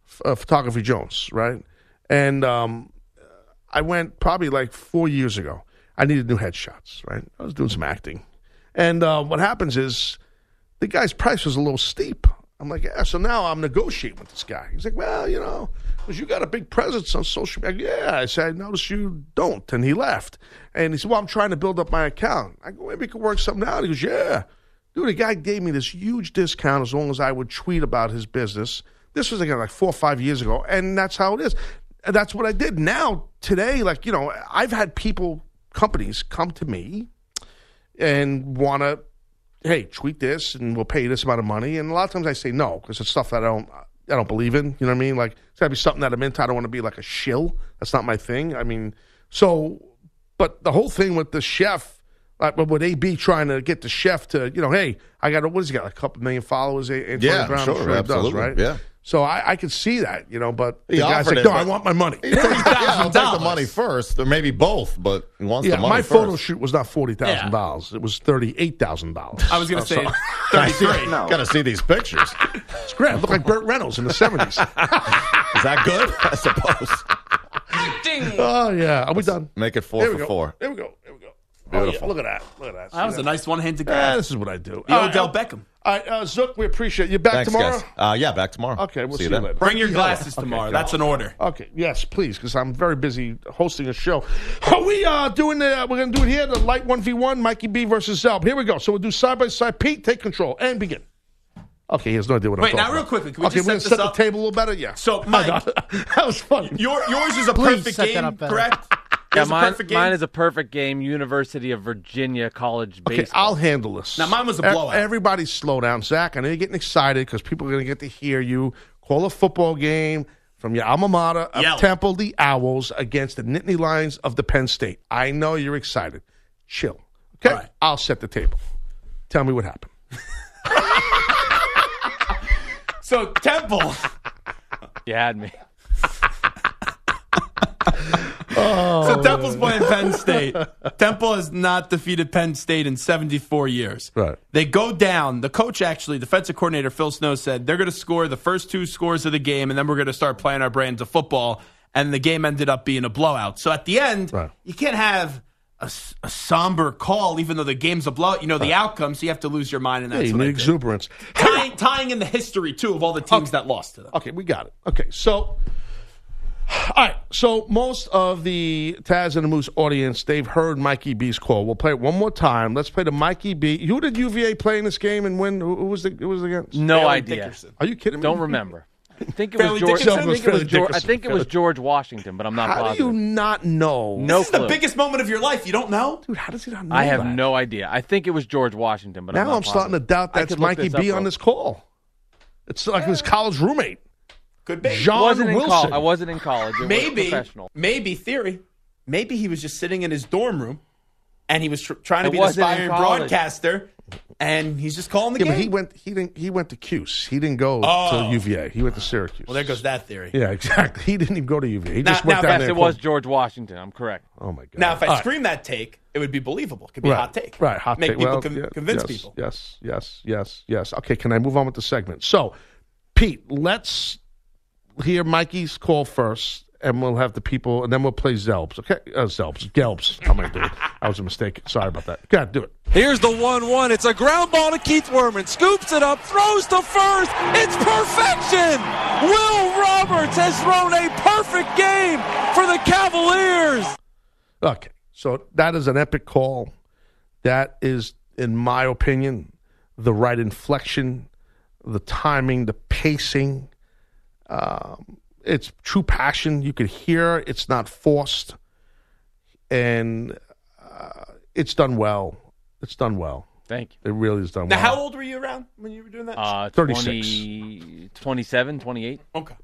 S3: f- uh, photography Jones, right? And um, I went probably like four years ago. I needed new headshots, right? I was doing some acting. And uh, what happens is the guy's price was a little steep. I'm like, yeah, so now I'm negotiating with this guy. He's like, well, you know, 'cause you got a big presence on social media. Yeah, I said, I noticed you don't. And he left. And he said, well, I'm trying to build up my account. I go, maybe we could work something out. He goes, yeah. Dude, the guy gave me this huge discount as long as I would tweet about his business. This was again like four or five years ago, and that's how it is. And that's what I did. Now, today, like, you know, I've had people, companies come to me and want to, hey, tweet this and we'll pay you this amount of money. And a lot of times I say no because it's stuff that I don't. I don't believe in. You know what I mean? Like it's gotta be something that I'm into. I don't want to be like a shill. That's not my thing. I mean, so, but the whole thing with the chef, like, but would AB trying to get the chef to, you know, hey, I got a, what has he got? A couple million followers. A- Antonio
S10: Yeah,
S3: Brown, I'm
S10: sure,
S3: he does,
S10: absolutely,
S3: right?
S10: yeah.
S3: So I, I could see that, you know, but
S10: He
S3: the guy's
S10: offered
S3: like,
S10: it,
S3: no,
S10: but-
S3: I want my money.
S10: yeah, I'll take the money first, or maybe both, but he wants
S3: Yeah,
S10: the money
S3: my
S10: first.
S3: photo shoot was not forty thousand dollars. It was thirty eight thousand dollars.
S10: I was gonna say 33. No. Gotta see these pictures.
S3: It's great. I look like Burt Reynolds in the seventies. Is
S10: that good? I suppose.
S3: Oh yeah. Are we done?
S10: Make it four
S3: There we
S10: for
S3: go.
S10: four.
S3: There we go. There we go.
S10: Beautiful.
S3: Oh, yeah. Look at that. Look at that.
S5: That was a nice one-handed
S3: Yeah,
S5: grab.
S3: this is what I do.
S5: The
S3: All right,
S5: Odell
S3: uh,
S5: Beckham.
S3: All right, uh, Zook, we appreciate you. Back
S10: Thanks,
S3: tomorrow.
S10: guys. Uh, yeah, back tomorrow.
S3: Okay, we'll see, you later.
S5: Bring your
S3: Yeah.
S5: glasses
S3: Okay,
S5: tomorrow.
S3: go.
S5: That's an order.
S3: Okay, yes, please, because I'm very busy hosting a show. Are we uh, doing the? We're gonna do it here. The light one v one, Mikey B versus Zelb. Here we go. So we'll do side by side. Pete, take control and begin. Okay, he has no idea what I'm
S5: Wait,
S3: talking
S5: now
S3: about.
S5: real quickly, can we
S3: okay,
S5: just
S3: we're gonna
S5: set this
S3: set
S5: up?
S3: the table a little better. Yeah.
S5: So, Mike,
S3: that was fun.
S5: Your, yours is a
S8: Please
S5: perfect
S8: set that
S5: game,
S8: up better.
S5: correct?
S8: Yeah,
S5: Yours is a
S8: mine,
S5: perfect game?
S8: mine is a perfect game. University of Virginia college
S3: Okay,
S8: baseball.
S3: I'll handle this.
S8: Now, mine was a
S3: E-
S8: blowout.
S3: Everybody slow down. Zach, I know you're getting excited because people are going to get to hear you call a football game from your alma mater of
S11: Yell.
S3: Temple, the Owls, against the Nittany Lions of the Penn State. I know you're excited. Chill. Okay? I'll set the table. Tell me what happened.
S5: So Temple.
S8: you had me.
S5: so Temple's playing Penn State. Temple has not defeated Penn State in 74 years.
S3: Right.
S5: They go down. The coach, actually, defensive coordinator Phil Snow said they're going to score the first two scores of the game, and then we're going to start playing our brands of football. And the game ended up being a blowout. So at the end, you can't have a, s- a somber call, even though the game's a blowout. You know the outcome, so you have to lose your mind, and
S3: Yeah,
S5: that's
S3: you
S5: what I
S3: need
S5: did.
S3: exuberance.
S5: tying, tying in the history too of all the teams that lost to them.
S3: Okay, we got it. Okay, so all right, so most of the Taz and the Moose audience, they've heard Mikey B's call. We'll play it one more time. Let's play the Mikey B. Who did UVA play in this game and when? Who who was the? Who was against?
S8: No idea.
S3: Are you kidding me?
S8: Don't remember. I think it
S3: Fairleigh
S8: was George.
S3: Dickinson?
S8: I think it
S3: Fairleigh
S8: was George, I
S3: Dickinson.
S8: think it was George Washington, but I'm not
S3: How do
S8: positive.
S3: you not know?
S8: No
S5: this is the
S8: clue.
S5: biggest moment of your life. You don't know,
S3: dude. How does he not know?
S8: I have
S3: that?
S8: no idea. I think it was George Washington, but I'm
S3: Now
S8: not
S3: I'm starting to
S8: positive.
S3: doubt
S8: I
S3: that's
S8: could look
S3: Mikey
S8: this up,
S3: B on
S8: though.
S3: this call. It's like his college roommate,
S5: Could be.
S3: John
S8: wasn't in col-
S3: Wilson.
S8: I wasn't in college. It was
S5: maybe,
S8: professional.
S5: maybe theory. Maybe he was just sitting in his dorm room, and he was tr- trying to
S8: It
S5: be an
S8: wasn't in
S5: aspiring
S8: college.
S5: broadcaster, and he's just calling the
S3: yeah, but
S5: game.
S3: he went. He didn't. He went to Cuse. He didn't go
S5: Oh.
S3: to UVA. He went to Syracuse.
S5: well, there goes that theory.
S3: Yeah, exactly. He didn't even go to UVA. He
S5: Now-
S3: just went
S5: now,
S3: down there.
S5: yes,
S8: Yes,
S3: and
S8: it
S3: called-
S8: was George Washington. I'm correct.
S3: Oh my god!
S5: Now, if I
S3: All right.
S5: scream that take, it would be believable. It could be a
S3: right.
S5: hot take.
S3: Right, hot
S5: Make
S3: take.
S5: people
S3: Well,
S5: con-
S3: yeah,
S5: convince
S3: yes,
S5: people.
S3: Yes, yes, yes, yes. Okay, can I move on with the segment? So, Pete, let's hear Mikey's call first, and we'll have the people, and then we'll play Zelbs. Okay, uh, Zelbs, Gelbs. I'm gonna do it. That was a mistake. Sorry about that. God, do it.
S12: Here's the 1 1. It's a ground ball to Keith Werman. Scoops it up, throws to first. It's perfection. Will Roberts has thrown a perfect game for the Cavaliers.
S3: Okay, so that is an epic call. That is, in my opinion, the right inflection, the timing, the pacing. Um, it's true passion. You could hear it's not forced, and uh, it's done well. It's done well.
S8: Thank Uh,
S3: It really is done
S5: Now,
S3: well.
S5: how old were you around when you were doing that?
S8: you. Uh,
S3: 36.
S8: 20, 27, 28.
S5: okay.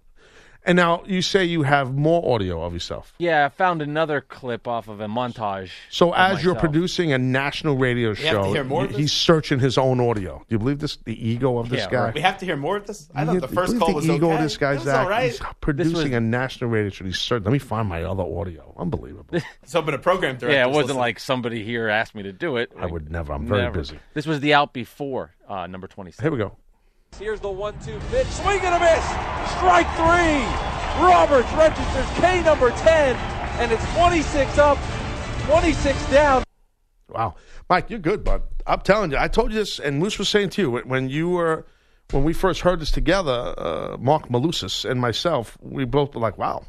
S3: And now you say you have more audio of yourself.
S8: Yeah, I found another clip off of a montage.
S3: So
S8: of
S3: as you're
S8: myself.
S3: producing a national radio
S8: have to
S3: show,
S8: hear more of
S3: he-
S8: this?
S3: he's searching his own audio. Do you believe this? The ego of this
S8: Yeah,
S3: guy.
S8: right.
S5: We have to hear more of this. I
S3: You
S5: thought
S3: get-
S5: the
S3: you
S5: first
S3: believe
S5: call was
S3: the ego
S5: okay.
S3: of this
S5: It
S3: guy's
S5: was
S3: act.
S5: all right.
S3: He's producing a national radio show. He's searching. Let me find my other audio. Unbelievable.
S5: So, but a program director.
S8: Yeah, it wasn't like somebody here asked me to do it. I would
S3: never. I'm very busy.
S8: This was the out before uh, number twenty-six.
S3: Here we go.
S12: Here's the one-two pitch. Swing and a miss. Strike three. Roberts registers K number 10, and it's 26 up, 26 down.
S3: Wow, Mike, you're good, bud. I'm telling you, I told you this, and Moose was saying to you when- when you were when we first heard this together. Uh, Mark Malusis and myself, we both were like, "Wow."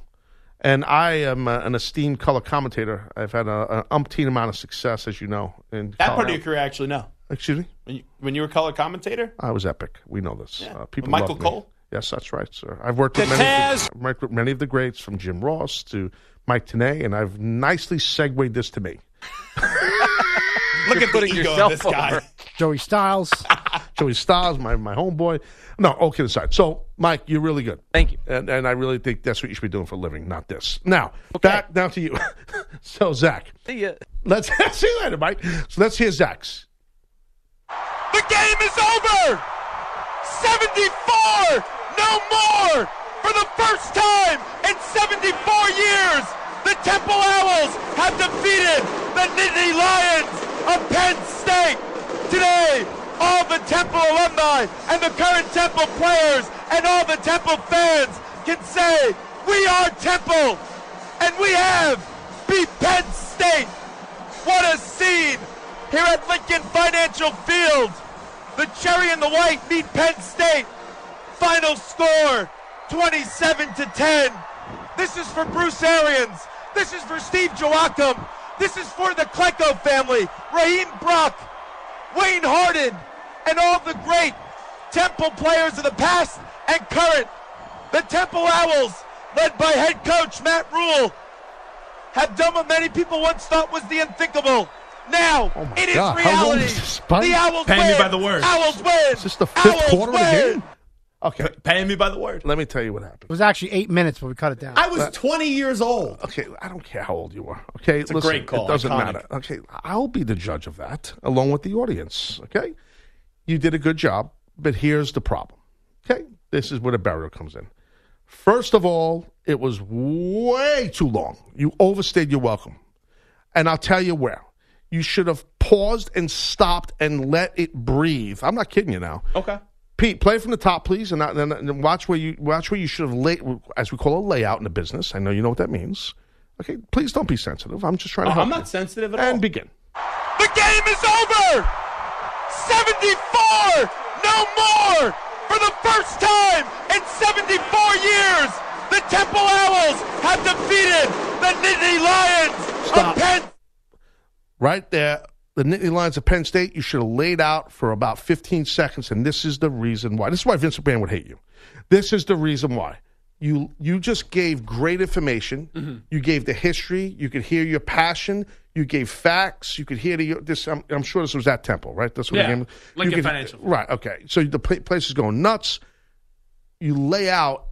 S3: And I am uh, an esteemed color commentator. I've had a, a umpteen amount of success, as you know. In
S5: that part
S3: Colorado.
S5: of your career, actually, no.
S3: Excuse me.
S5: When you, when you were color commentator,
S3: I was epic. We know this. Uh, people
S5: Michael
S3: love me.
S5: Cole?
S3: Yes, that's right, sir. I've worked with many, of the, I've worked with many of the greats, from Jim Ross to Mike Tenay, and I've nicely segued this to me.
S5: look at the
S8: putting
S5: ego of
S8: yourself
S5: this guy.
S3: Joey Styles. Joey Styles, my, my homeboy. No, okay, aside. So, Mike, you're really good.
S8: Thank you.
S3: And, and I really think that's what you should be doing for a living, not this. Now, back now to you. so, Zach,
S8: See ya.
S3: let's see you later, Mike. So, let's hear Zach's.
S2: The game is over! 74! No more! For the first time in 74 years, the Temple Owls have defeated the Nittany Lions of Penn State! Today, all the Temple alumni and the current Temple players and all the Temple fans can say, we are Temple! And we have beat Penn State! What a scene here at Lincoln Financial Field. The Cherry and the White meet Penn State. Final score 27 to 10. This is for Bruce Arians. This is for Steve Joachim. This is for the Klecko family. Raheem Brock, Wayne Harden, and all the great Temple players of the past and current. The Temple Owls, led by head coach Matt Rule, have done what many people once thought was the unthinkable. Now it is
S3: Oh God, how long
S2: reality.
S3: is this, buddy?
S2: the Owls
S5: Pay me
S2: win.
S5: by the word.
S2: Owls win.
S3: Is this the fifth
S2: Owls
S3: quarter of
S2: win.
S3: the game? Okay,
S5: Pay me by the word.
S3: let me tell you what happened.
S4: It was actually eight minutes, but we cut it down.
S5: I was 20 years old.
S3: Okay, I don't care how old you are. Okay,
S5: It's a
S3: listen,
S5: great call.
S3: It doesn't
S5: Iconic.
S3: matter. Okay, I'll be the judge of that along with the audience. Okay, you did a good job, but here's the problem. Okay, this is where the barrier comes in. First of all, it was way too long. You overstayed your welcome, and I'll tell you where. You should have paused and stopped and let it breathe. I'm not kidding you now.
S5: Okay.
S3: Pete, play from the top, please, and, and, and watch where you watch where you should have laid, as we call a layout in the business. I know you know what that means. Okay, please don't be sensitive. I'm just trying to
S5: Oh,
S3: help.
S5: I'm not
S3: you.
S5: sensitive at all.
S3: And begin.
S2: The game is over. 74. No more. For the first time in 74 years, the Temple Owls have defeated the Nittany Lions
S3: Stop.
S2: of Penn
S3: Right there, the Nittany Lions of Penn State. You should have laid out for about 15 seconds, and this is the reason why. This is why Vince McMahon would hate you. This is the reason why. You you just gave great information.
S13: Mm-hmm.
S3: You gave the history. You could hear your passion. You gave facts. You could hear the this. I'm, I'm sure this was at Temple, right? That's what
S13: Yeah.
S3: the game. you
S13: Lincoln
S3: could-
S13: Financial.
S3: Right. Okay. So the pla- place is going nuts. You lay out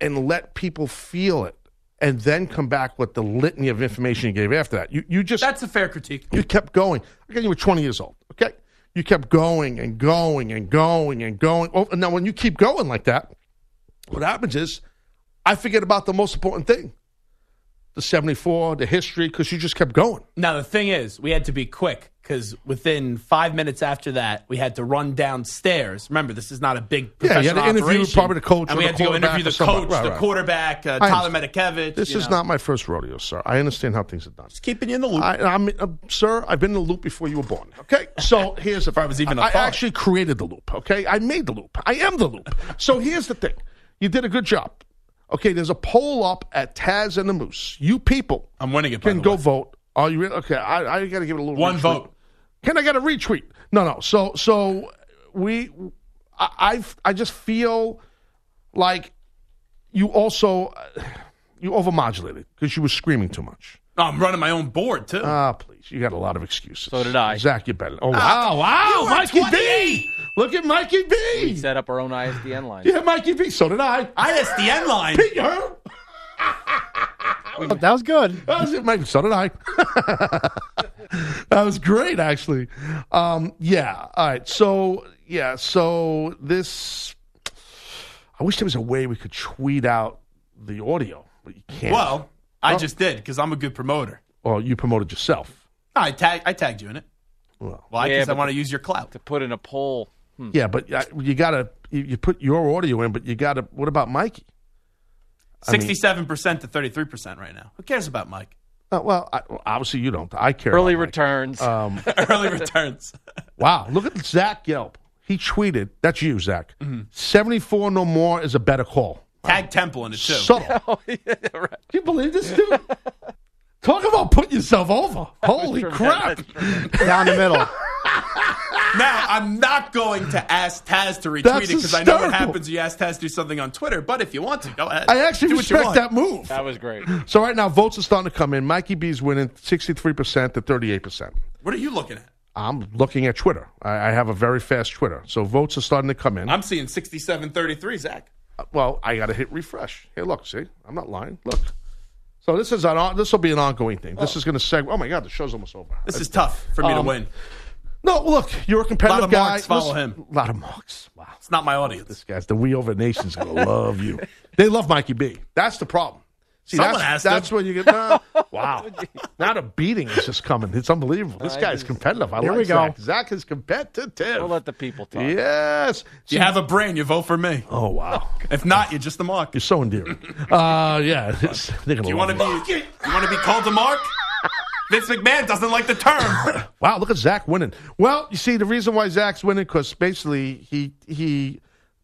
S3: and let people feel it, and then come back with the litany of information you gave after that. You you just
S13: That's a fair critique.
S3: you kept going. Again, you were 20 years old. Okay, you kept going and going and going and going. Oh, now, when you keep going like that, what happens is I forget about the most important thing: the 74, the history, because you just kept going.
S5: Now the thing is, we had to be quick because within five minutes after that, we had to run downstairs. Remember, this is not a big
S3: Yeah,
S5: professional
S3: you had to interview
S5: operation.
S3: probably the coach or
S5: and we
S3: the
S5: had to go
S3: quarterback
S5: interview
S3: or
S5: the
S3: somebody.
S5: coach,
S3: Right,
S5: the
S3: right.
S5: quarterback,
S3: I
S5: uh, Tyler
S3: understand.
S5: Medikevich.
S3: This
S5: you
S3: is
S5: know.
S3: not my first rodeo, sir. I understand how things are done. Just
S5: keeping you in the loop.
S3: I, I'm, uh, sir, I've been in the loop before you were born. Okay, so here's the. If
S5: I was even a
S3: I
S5: thought.
S3: actually created the loop. Okay, I made the loop. I am the loop. so here's the thing: you did a good job. Okay, there's a poll up at Taz and the Moose. You people,
S5: I'm winning it. by
S3: can
S5: the
S3: go
S5: way.
S3: vote. Are you ready? Okay, I, I got to give it a little
S5: One
S3: retweet.
S5: vote.
S3: Can I get a retweet? No, no. So so we, I I've- I just feel like you also you overmodulated because you were screaming too much.
S5: Oh, I'm running my own board too.
S3: Ah, please. You got a lot of excuses. So
S8: did I.
S3: Zach, you better. Oh,
S5: Ah.
S3: wow. wow.
S8: You were
S3: Mikey
S8: 28.
S3: B. Look at Mikey B.
S8: We set up our own ISDN line.
S3: Yeah, Mikey B. So did I.
S5: ISDN line.
S3: Pete, you heard? that was good. so did I. that was great, actually. Um, yeah. All right. So, yeah. So this. I wish there was a way we could tweet out the audio, but you can't.
S5: Well, I just did because I'm a good promoter.
S3: Well, you promoted yourself.
S5: I tag I tagged you in it.
S3: Well,
S5: Why?
S8: Yeah,
S5: Because I
S8: but-
S5: want to use your clout.
S8: To put in a poll. Hmm.
S3: Yeah, but uh, you gotta you, you put your audio in, but you gotta. What about Mikey? I mean-
S5: Sixty-seven percent to thirty-three percent right now. Who cares about Mike?
S3: Uh, well, I, well, obviously you don't. I care.
S5: Early
S3: about Mikey.
S8: returns.
S2: Uh,
S3: Um,
S5: Early returns.
S3: wow, look at Zach Yelp. He tweeted. That's you, Zach.
S5: Mm-hmm.
S3: Seventy-four no more is a better call.
S5: Tag Temple in it too.
S3: Subtle. Can you believe this dude? Talk about putting yourself over. Holy crap! Down the middle.
S5: Now I'm not going to ask Taz to retweet it
S3: That's
S5: because I know what
S3: hysterical.
S5: happens. when You ask Taz to do something on Twitter, but if you want to, go ahead.
S3: I actually
S5: do what you
S3: respect that move.
S5: want.
S8: That was great.
S3: So right now, votes are starting to come in. Mikey B's winning sixty-three percent to thirty-eight percent.
S5: What are you looking at?
S3: I'm looking at Twitter. I, I have a very fast Twitter, so votes are starting to come in. Uh,
S5: I'm seeing 67-33, Zach.
S3: well, I got to hit refresh. Here, look, see, I'm not lying. Look. So this is an on- this will be an ongoing thing. This is going to seg. Oh my God, the show's almost over.
S5: This is tough for me to
S3: Um,
S5: win.
S3: No, look, you're a competitive
S5: Lot of
S3: guy.
S5: marks follow him.
S3: A lot of marks. Wow,
S5: It's not my audience.
S3: this guy's the We Over Nation's going to love you. They love Mikey B. That's the problem. See,
S5: Someone
S3: that's,
S5: asked
S3: that's
S5: him.
S3: where you get. nah, wow, not a beating is just coming. It's unbelievable. This
S8: I
S3: guy's
S8: just-
S3: competitive. I
S8: Here
S3: like
S8: we go.
S3: Zach. Zach is competitive.
S8: We'll let the people talk.
S3: Yes.
S5: If you have a brain, you vote for me.
S3: Oh wow,
S5: If not, you're just a mark.
S3: you're so endearing. uh, yeah, it's- they're gonna
S5: Do you
S3: love
S5: want to be? You want to be called a mark? Vince McMahon doesn't like the term.
S3: Wow, look at Zach winning. Well, you see, the reason why Zach's winning because basically he he,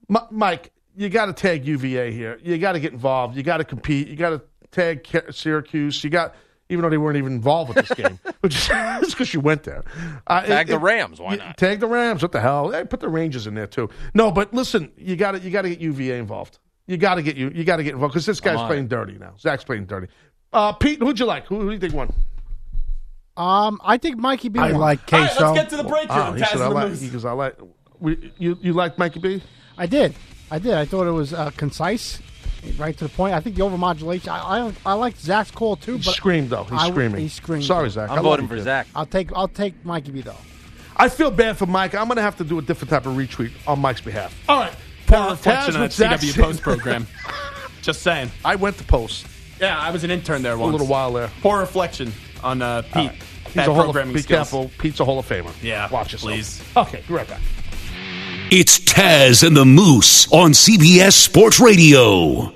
S3: M- Mike, you got to tag UVA here. You got to get involved. You got to compete. You got to tag Ca- Syracuse. You got even though they weren't even involved with this game, which is because you went there. Uh,
S12: Tag the Rams, why
S3: you-
S12: not?
S3: Tag the Rams. What the hell? Hey, put the Rangers in there too. No, but listen, you got to you got to get UVA involved. You got to get you you got to get involved because this guy's
S12: on
S3: playing dirty now. Zach's playing dirty. Uh, Pete, who'd you like? Who, who do you think won?
S4: Um, I think Mikey B. won.
S3: Queso.
S4: I
S3: Ah, he said I like. He goes, I like. We, you you like Mikey B?
S4: did. I did. I thought it was uh, concise, right to the point. I think the overmodulation. I I, I liked Zach's call too. But
S3: screamed, though. He's
S4: I-
S3: screaming.
S4: He screamed.
S3: Sorry, Zach. I
S4: I'm
S3: love
S4: voting
S3: you,
S4: for
S3: kid.
S4: Zach. I'll take I'll take Mikey B though.
S3: I feel bad for Mike. I'm gonna have to do a different type of retweet on Mike's behalf. All right.
S5: Poor
S3: Now,
S5: reflection
S3: Taz
S5: on that
S3: with Zach
S5: CW
S3: Sin-
S5: Post program. Just saying.
S3: I went to post
S5: Yeah, I was an intern there once.
S3: little while there.
S5: Poor reflection on uh, Pete.
S3: He's
S5: Bad
S3: a Hall of,
S5: programming
S3: be
S5: skills.
S3: careful. Pete's a Hall of Famer.
S5: Yeah,
S3: Watch yourself.
S5: please.
S3: Okay, be right back.
S6: It's Taz and the Moose on CBS Sports Radio.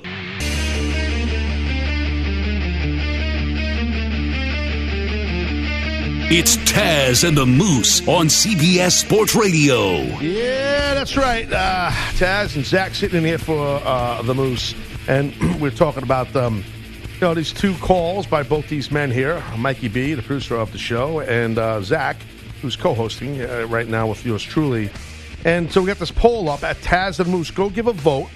S6: It's Taz and the Moose on CBS Sports Radio.
S3: Yeah, that's right. Uh, Taz and Zach sitting in here for uh, the Moose, and we're talking about um, you know these two calls by both these men here, Mikey B, the producer of the show, and uh, Zach, who's co-hosting uh, right now with yours truly. And so we got this poll up at Taz and Moose. Go give a vote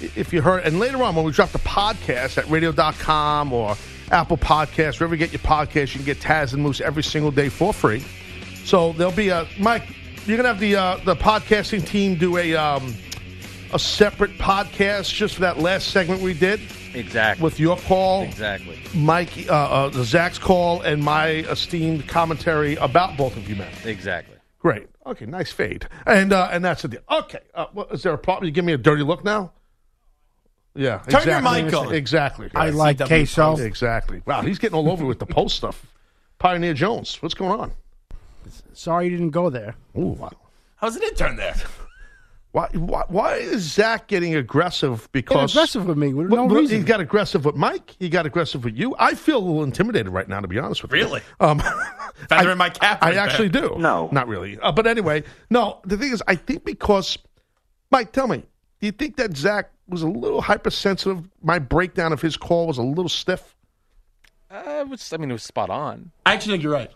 S3: i- if you heard. And later on, when we drop the podcast at radio.com or Apple Podcasts, wherever you get your podcast, you can get Taz and Moose every single day for free. So there'll be a Mike. You're gonna have the uh, the podcasting team do a um, a separate podcast just for that last segment we did
S8: Exactly.
S3: with your call,
S8: Exactly.
S3: Mike, uh, uh, Zach's call, and my esteemed commentary about both of you men.
S8: Exactly.
S3: Great. Okay, nice fade, and uh, and that's the deal. Okay, uh, what, is there a problem? You give me a dirty look now. Yeah,
S5: Turn your
S3: exactly.
S5: mic on.
S3: Exactly.
S4: I like
S5: CW
S4: queso.
S3: Exactly. Wow, he's getting all over with the post stuff. Pioneer Jones, what's going on?
S4: Sorry you didn't go there.
S3: Ooh, wow.
S5: I was an intern there.
S3: Why, why, why is Zach getting aggressive?
S4: Get
S3: Because
S4: aggressive with me. with
S3: Well,
S4: no
S3: well,
S4: reason.
S3: he got aggressive with Mike. He got aggressive with you. I feel a little intimidated right now, to be honest with you.
S5: Really?
S3: Um,
S5: Feather in my cap
S3: I
S5: right there.
S3: actually do. No, not really. Uh, but anyway, no. The thing is, I think because Mike, tell me, do you think that Zach was a little hypersensitive? My breakdown of his call was a little stiff.
S8: Uh, it was, I mean, it was spot on.
S5: I actually think you're right.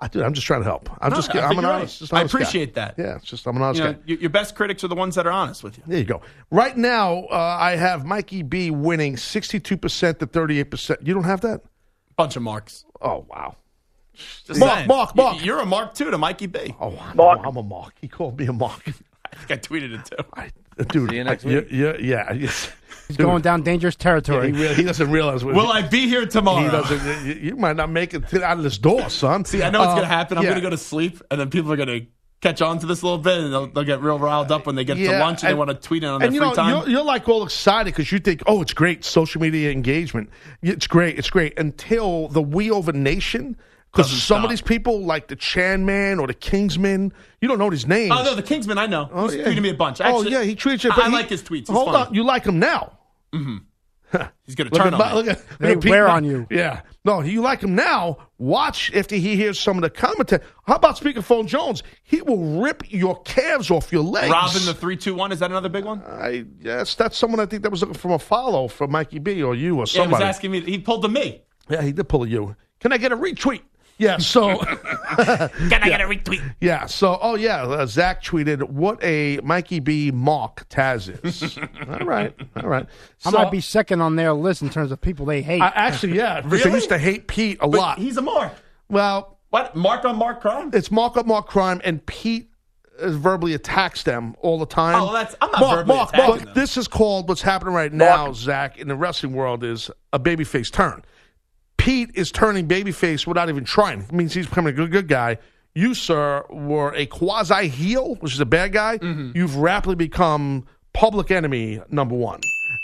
S3: I, dude, I'm just trying to help. I'm
S5: No,
S3: just.
S5: I
S3: I'm
S5: think
S3: an
S5: you're
S3: honest.
S5: right.
S3: just an
S5: I
S3: honest guy.
S5: appreciate that.
S3: Yeah, it's just I'm an honest
S5: You
S3: guy.
S5: know, your, your best critics are the ones that are honest with you.
S3: There you go. Right now, uh, I have Mikey B winning 62% to 38%. You don't have that?
S13: Bunch of marks.
S3: Oh wow.
S5: Just
S3: Mark,
S5: saying.
S3: Mark,
S5: You- You're a mark too to Mikey B.
S3: Oh, mark. I'm a mark. He called me a mark.
S5: I think I tweeted it too.
S3: Dude, yeah, yeah, yeah. He's
S4: He's going down dangerous territory.
S3: he, really, he doesn't realize. What
S5: Will I be here tomorrow?
S3: He doesn't, Oh, you, you might not make it to- out of this door, son. Uh,
S5: See, I know it's going to happen. I'm going to go to sleep, and then people are going to catch on to this a little bit, and they'll, they'll get real riled up when they get to lunch and, they want to tweet it on their
S3: and you
S5: free
S3: know,
S5: time.
S3: You're, you're like all excited because you think, oh, it's great, social media engagement. It's great, it's great. Until the We Over Nation, because
S5: Doesn't
S3: some
S5: stop.
S3: of these people, like the Chan Man or the Kingsman, you don't know these names.
S5: Oh no, the Kingsman I know.
S3: Oh,
S5: He's
S3: yeah.
S5: tweeting me a bunch.
S3: Oh,
S5: Actually,
S3: yeah, he tweets you,
S5: I,
S3: but
S5: I
S3: he-
S5: like his tweets. He's
S3: Hold
S5: funny.
S3: on, you like him now.
S5: He's going to
S3: Look
S5: turn
S3: at,
S5: on. me.
S3: look at,
S4: They
S3: look at Pete
S4: wear
S3: Ma-
S4: on you.
S3: Yeah. No, you like him now. Watch after he hears some of the commentary. How about Speakerphone Jones? He will rip your calves off your legs.
S5: Robin the three two one. Is that another big one?
S3: I yes, that's someone I think that was looking for a follow from Mikey B or you or
S5: Yeah, he was
S3: somebody.
S5: asking me. He pulled to me.
S3: Yeah, he did pull a you. Can I get a retweet? Yeah. So
S5: Can I get a retweet?
S3: yeah. So oh yeah, uh, Zach tweeted what a Mikey B mock Taz is. all right, all right.
S4: I
S3: So-
S4: might be second on their list in terms of people they hate.
S3: I, actually, yeah. because I
S4: Really?
S3: used to hate Pete a
S4: But
S3: lot.
S5: He's a mark.
S3: Well,
S5: what mark on mark crime?
S3: It's mark on mark crime, and Pete uh, verbally attacks them all the time.
S5: Oh, that's- I'm not
S3: mark,
S5: verbally
S3: mark,
S5: attacking
S3: Mark,
S5: them.
S3: This is called what's happening right now, Zach, in the wrestling world is a babyface turn. Pete is turning babyface without even trying. It means he's becoming a good good guy. You, sir, were a quasi heel, which is a bad guy.
S5: Mm-hmm.
S3: You've rapidly become public enemy number one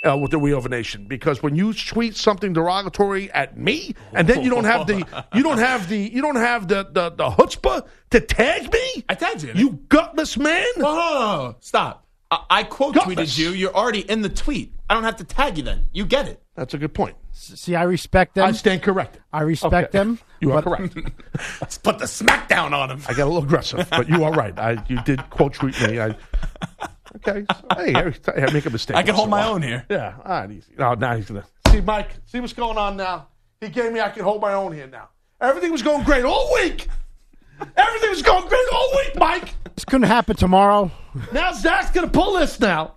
S3: uh, with the We Over Nation because when you tweet something derogatory at me, and then you don't have the you don't have the you don't have the the, the chutzpah to tag me.
S5: I tagged you. in it.
S3: You gutless man.
S5: Oh, stop. I, I quote tweeted you. You're already in the tweet. I don't have to tag you then. You get it.
S3: That's a good point.
S4: See, I respect them.
S3: I stand corrected.
S4: I respect
S3: Okay.
S4: them.
S3: You are
S4: but-
S3: correct.
S5: Let's put the smackdown on him.
S3: I got a little aggressive, but you are right. I you did quote tweet me. I, okay. so, hey, every time I make a mistake.
S5: I can
S3: once
S5: hold
S3: in a
S5: my
S3: while.
S5: own here.
S3: Yeah. All right. Easy. No, now he's gonna see Mike. See what's going on now. He gave me. I can hold my own here now. Everything was going great all week. Everything was going great all week, Mike.
S4: This couldn't happen tomorrow.
S3: Now Zach's gonna pull this now.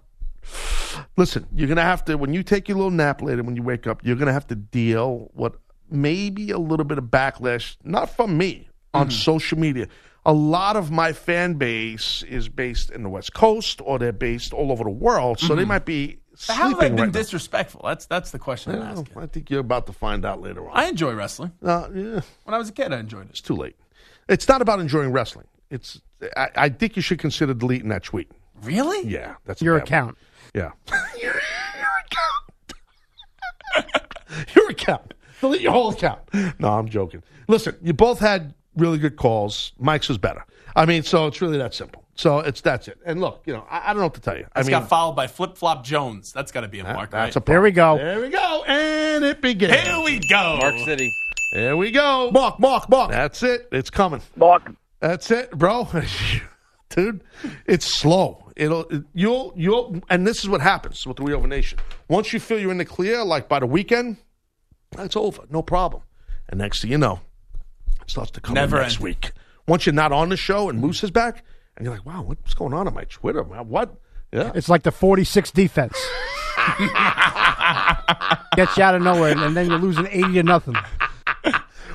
S3: Listen, you're gonna have to when you take your little nap later when you wake up, you're gonna have to deal with maybe a little bit of backlash, not from me, on social media. A lot of my fan base is based in the West Coast or they're based all over the world, so they might be
S5: But
S3: sleeping
S5: How have I been
S3: right now.
S5: disrespectful? That's that's the question I'm
S3: Well,
S5: asking.
S3: I think you're about to find out later on.
S5: I enjoy wrestling.
S3: Uh, yeah,
S5: When I was a kid, I enjoyed it.
S3: it's too late. It's not about enjoying wrestling. It's I, I think you should consider deleting that tweet.
S5: Really?
S3: Yeah, that's a bad
S4: Your
S3: one.
S4: account.
S3: Yeah. your account. Delete your whole account. No, I'm joking. Listen, you both had really good calls. Mike's was better. I mean, so it's really that simple. So it's that's it. And look, you know, I, I don't know what to tell you. I
S5: It's
S3: mean,
S5: got followed by Flip Flop Jones. That's got to be a mark,
S3: that's a
S5: right?
S4: There we go.
S3: there we go, and it begins.
S5: Here we go.
S8: Mark City.
S3: There we go.
S5: Mark, Mark, Mark.
S3: That's it. It's coming.
S14: Mark.
S3: That's it, bro. Dude, it's slow. It'll it- you'll you'll and this is what happens with the We Over Nation. Once you feel you're in the clear, like by the weekend, that's over. No problem. And next thing you know, it starts to come in
S5: Never
S3: next
S5: end.
S3: week. Once you're not on the show and Moose is back, and you're like, wow, what's going on on my Twitter? man? What? Yeah.
S4: It's like the 46 defense. Gets you out of nowhere, and then you're losing 80 to nothing.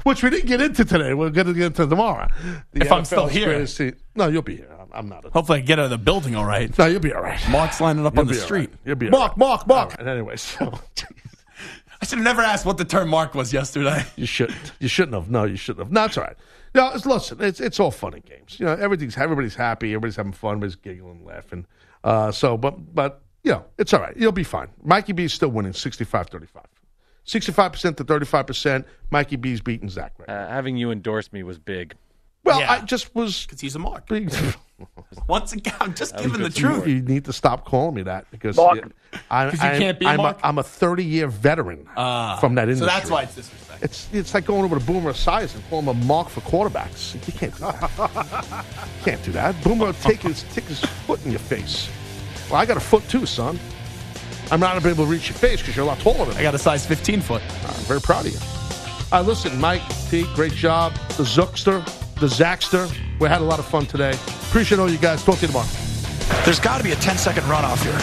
S3: Which we didn't get into today. We're going to get into tomorrow. The
S5: If I'm still
S3: NFL's
S5: here.
S3: greatest team- No, you'll be here. I'm, I'm not. A,
S5: Hopefully, I get out of the building all right.
S3: no, you'll be all right.
S5: Mark's lining up on the
S3: You'll be all
S5: street.
S3: right. You'll be all
S5: Mark, Mark, Mark.
S3: And anyway, so
S5: I should have never asked what the term Mark was yesterday.
S3: you shouldn't. You shouldn't have. No, you shouldn't have. No, it's all right. No, it's, listen, it's it's all fun and games. You know, everything's everybody's happy, everybody's having fun, everybody's giggling, laughing. Uh, so, but but you know, it's all right. You'll be fine. Mikey B's still winning 65-35. 65 percent to thirty five percent. Mikey B's beating Zach right. now.
S8: Uh, having you endorse me was big.
S3: Well,
S5: Yeah.
S3: I just was.
S5: Because he's a Mark.
S3: being-
S5: Once again, I'm just
S8: That was
S5: giving the
S8: good
S5: truth.
S3: you need to stop calling me that because
S14: Mark.
S3: yeah, I,
S5: 'Cause you
S3: I,
S5: can't be a
S3: I'm,
S5: Mark? Ah.
S3: A, I'm a 30 year veteran from that
S5: So
S3: industry.
S5: that's why it's disrespectful.
S3: It's it's like going over to Boomer Esiason and calling him a mark for quarterbacks. You can't do that. You can't do that. Boomer will take his take his foot in your face. Well, I got a foot too, son. I'm not gonna be able to reach your face because you're a lot taller than
S5: I
S3: me.
S5: got a size 15 foot.
S3: I'm very proud of you. All right, listen, Mike T, great job. The Zookster, the Zaxter. We had a lot of fun today. Appreciate all you guys. Talk to you tomorrow.
S15: There's got to be a 10 second runoff here.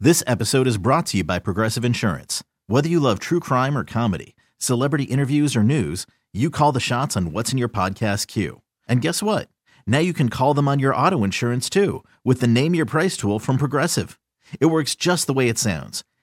S1: This episode is brought to you by Progressive Insurance. Whether you love true crime or comedy, celebrity interviews or news, you call the shots on what's in your podcast queue. And guess what? Now you can call them on your auto insurance too with the Name Your Price tool from Progressive. It works just the way it sounds.